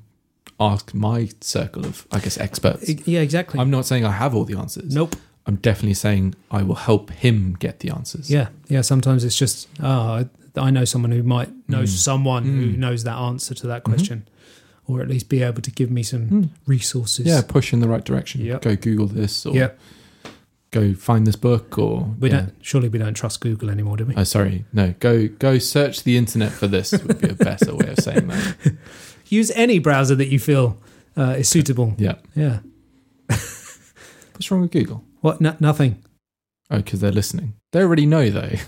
[SPEAKER 1] ask my circle of, I guess, experts.
[SPEAKER 2] E- Yeah, exactly.
[SPEAKER 1] I'm not saying I have all the answers.
[SPEAKER 2] nope.
[SPEAKER 1] I'm definitely saying I will help him get the answers.
[SPEAKER 2] Yeah, yeah. Sometimes it's just ah, I I know someone who might know
[SPEAKER 1] Mm.
[SPEAKER 2] someone who
[SPEAKER 1] Mm.
[SPEAKER 2] knows that answer to
[SPEAKER 1] Mm-hmm.
[SPEAKER 2] that question, or at least be able to give me some
[SPEAKER 1] Mm.
[SPEAKER 2] resources.
[SPEAKER 1] Yeah, push in the right direction.
[SPEAKER 2] Hmm. Yep.
[SPEAKER 1] Go Google this or
[SPEAKER 2] Yep.
[SPEAKER 1] go find this book or
[SPEAKER 2] we
[SPEAKER 1] yeah.
[SPEAKER 2] don't. Surely we don't trust Google anymore, do we?
[SPEAKER 1] Oh, sorry. No, go go search the internet for this would be a better way of saying
[SPEAKER 2] (laughs)
[SPEAKER 1] that.
[SPEAKER 2] Use any browser that you feel uh, is suitable.
[SPEAKER 1] Yeah.
[SPEAKER 2] Yeah.
[SPEAKER 1] What's wrong with Google?
[SPEAKER 2] What? No, nothing.
[SPEAKER 1] Oh, because they're listening. They already know though. (laughs)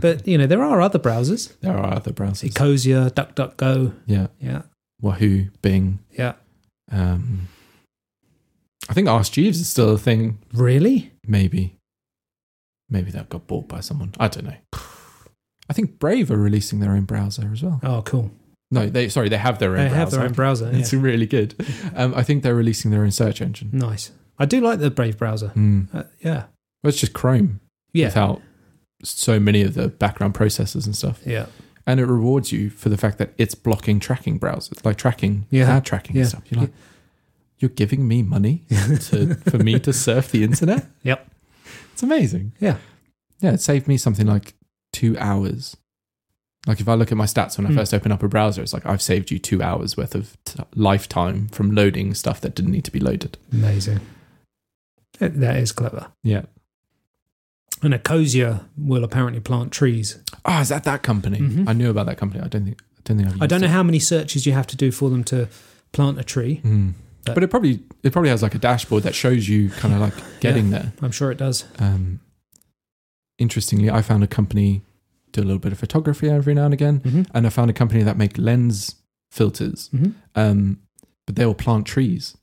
[SPEAKER 2] But you know there are other browsers:
[SPEAKER 1] There are other browsers.
[SPEAKER 2] Ecosia, DuckDuckGo.
[SPEAKER 1] yeah,
[SPEAKER 2] Yeah,
[SPEAKER 1] Wahoo, Bing.
[SPEAKER 2] yeah.
[SPEAKER 1] Um, I think Ask Jeeves is still a thing.
[SPEAKER 2] Really?
[SPEAKER 1] Maybe, maybe that got bought by someone. I don't know. (sighs) I think Brave are releasing their own browser as well.
[SPEAKER 2] Oh, cool.
[SPEAKER 1] No, they sorry, they have their own.
[SPEAKER 2] They
[SPEAKER 1] browser.
[SPEAKER 2] have their own browser. yeah.
[SPEAKER 1] It's really good. Um, I think they're releasing their own search engine.
[SPEAKER 2] Nice. I do like the Brave browser.
[SPEAKER 1] Hmm.
[SPEAKER 2] Uh, yeah.
[SPEAKER 1] Well, it's just Chrome
[SPEAKER 2] Yeah.
[SPEAKER 1] without so many of the background processors and stuff.
[SPEAKER 2] yeah.
[SPEAKER 1] And it rewards you for the fact that it's blocking tracking browsers, like tracking
[SPEAKER 2] Yeah.
[SPEAKER 1] ad tracking
[SPEAKER 2] Yeah.
[SPEAKER 1] and stuff. You're like, you're giving me money to,
[SPEAKER 2] (laughs)
[SPEAKER 1] for me to surf the internet.
[SPEAKER 2] Yep.
[SPEAKER 1] it's amazing.
[SPEAKER 2] Yeah.
[SPEAKER 1] yeah. It saved me something like two hours. Like if I look at my stats when I
[SPEAKER 2] Hmm.
[SPEAKER 1] first open up a browser, it's like I've saved you two hours worth of t- lifetime from loading stuff that didn't need to be loaded.
[SPEAKER 2] Amazing. That that is clever.
[SPEAKER 1] Yeah.
[SPEAKER 2] And Ecosia will apparently plant trees.
[SPEAKER 1] Ah, is that that company?
[SPEAKER 2] Mhm.
[SPEAKER 1] I knew about that company. I don't think. I don't think I've. Used
[SPEAKER 2] I don't know
[SPEAKER 1] It.
[SPEAKER 2] how many searches you have to do for them to plant a tree.
[SPEAKER 1] Mm.
[SPEAKER 2] But-
[SPEAKER 1] But it probably it probably has like a dashboard that shows you kind
[SPEAKER 2] (laughs)
[SPEAKER 1] of like getting there.
[SPEAKER 2] I'm sure it does.
[SPEAKER 1] Um, interestingly, I found a company do a little bit of photography every now and again,
[SPEAKER 2] hmm
[SPEAKER 1] and I found a company that make lens filters.
[SPEAKER 2] hmm
[SPEAKER 1] Um, but they will plant trees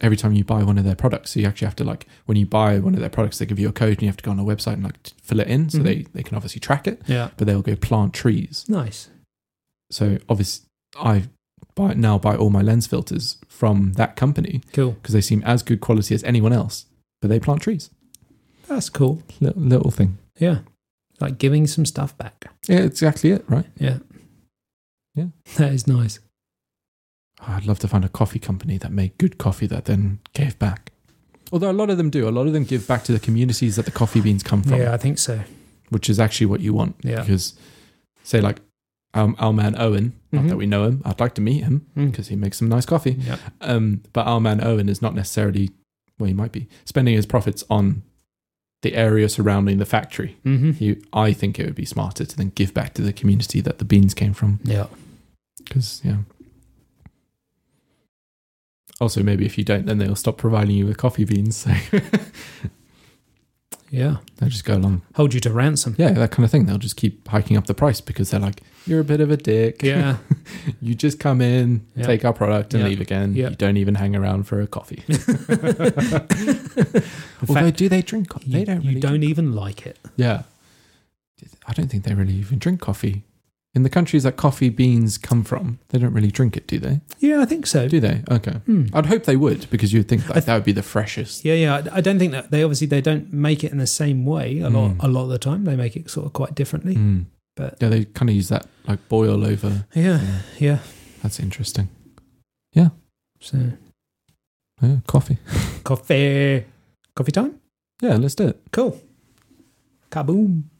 [SPEAKER 1] every time you buy one of their products. So you actually have to like when you buy one of their products, they give you a code, and you have to go on their website and like t- fill it in, so
[SPEAKER 2] Mhm.
[SPEAKER 1] they they can obviously track it.
[SPEAKER 2] Yeah.
[SPEAKER 1] But they will go plant trees.
[SPEAKER 2] Nice.
[SPEAKER 1] So obviously, I buy now buy all my lens filters from that company
[SPEAKER 2] Cool.
[SPEAKER 1] because they seem as good quality as anyone else. But they plant trees.
[SPEAKER 2] That's cool.
[SPEAKER 1] Little, little thing.
[SPEAKER 2] Yeah. Like giving some stuff back. (laughs)
[SPEAKER 1] Yeah, exactly it, right?
[SPEAKER 2] Yeah.
[SPEAKER 1] Yeah.
[SPEAKER 2] That is nice.
[SPEAKER 1] I'd love to find a coffee company that made good coffee that then gave back. Although a lot of them do, a lot of them give back to the communities that the coffee beans come from,
[SPEAKER 2] Yeah, I think so.
[SPEAKER 1] which is actually what you want.
[SPEAKER 2] Yeah.
[SPEAKER 1] Because, say, like our, our man Owen, not
[SPEAKER 2] Mhm.
[SPEAKER 1] that we know him, I'd like to meet him
[SPEAKER 2] Mm.
[SPEAKER 1] because he makes some nice coffee.
[SPEAKER 2] Yeah.
[SPEAKER 1] Um, but our man Owen is not necessarily, well, he might be spending his profits on the area surrounding the factory.
[SPEAKER 2] hmm
[SPEAKER 1] He, I think it would be smarter to then give back to the community that the beans came from.
[SPEAKER 2] Yeah.
[SPEAKER 1] Because yeah. Also, maybe if you don't, then they'll stop providing you with coffee beans. So (laughs)
[SPEAKER 2] Yeah.
[SPEAKER 1] they'll just go along.
[SPEAKER 2] Hold you to ransom.
[SPEAKER 1] Yeah, that kind of thing. They'll just keep hiking up the price because they're like, "You're a bit of a dick.
[SPEAKER 2] (laughs) Yeah.
[SPEAKER 1] (laughs) you just come in,
[SPEAKER 2] Yeah.
[SPEAKER 1] take our product, and
[SPEAKER 2] Yeah.
[SPEAKER 1] leave again.
[SPEAKER 2] Yeah.
[SPEAKER 1] You don't even hang around for a coffee."
[SPEAKER 2] In
[SPEAKER 1] Although,
[SPEAKER 2] fact,
[SPEAKER 1] do they drink? coffee?
[SPEAKER 2] you,
[SPEAKER 1] they don't.
[SPEAKER 2] you
[SPEAKER 1] Really
[SPEAKER 2] don't even like it.
[SPEAKER 1] Yeah, I don't think they really even drink coffee. In the countries that coffee beans come from, they don't really drink it, do they?
[SPEAKER 2] Yeah, I think so.
[SPEAKER 1] Do they? Okay.
[SPEAKER 2] Hmm.
[SPEAKER 1] I'd hope they would because you'd think that,
[SPEAKER 2] I th-
[SPEAKER 1] that would be the freshest.
[SPEAKER 2] Yeah, yeah. I- I don't think that they obviously they don't make it in the same way a lot.
[SPEAKER 1] Mm.
[SPEAKER 2] A lot of the time, they make it sort of quite differently.
[SPEAKER 1] Mm.
[SPEAKER 2] But-
[SPEAKER 1] yeah, they kind of use that like boil over.
[SPEAKER 2] Yeah,
[SPEAKER 1] Yeah.
[SPEAKER 2] yeah.
[SPEAKER 1] That's interesting.
[SPEAKER 2] So
[SPEAKER 1] Yeah, coffee.
[SPEAKER 2] coffee, coffee time.
[SPEAKER 1] Yeah, let's do it.
[SPEAKER 2] Cool. Kaboom.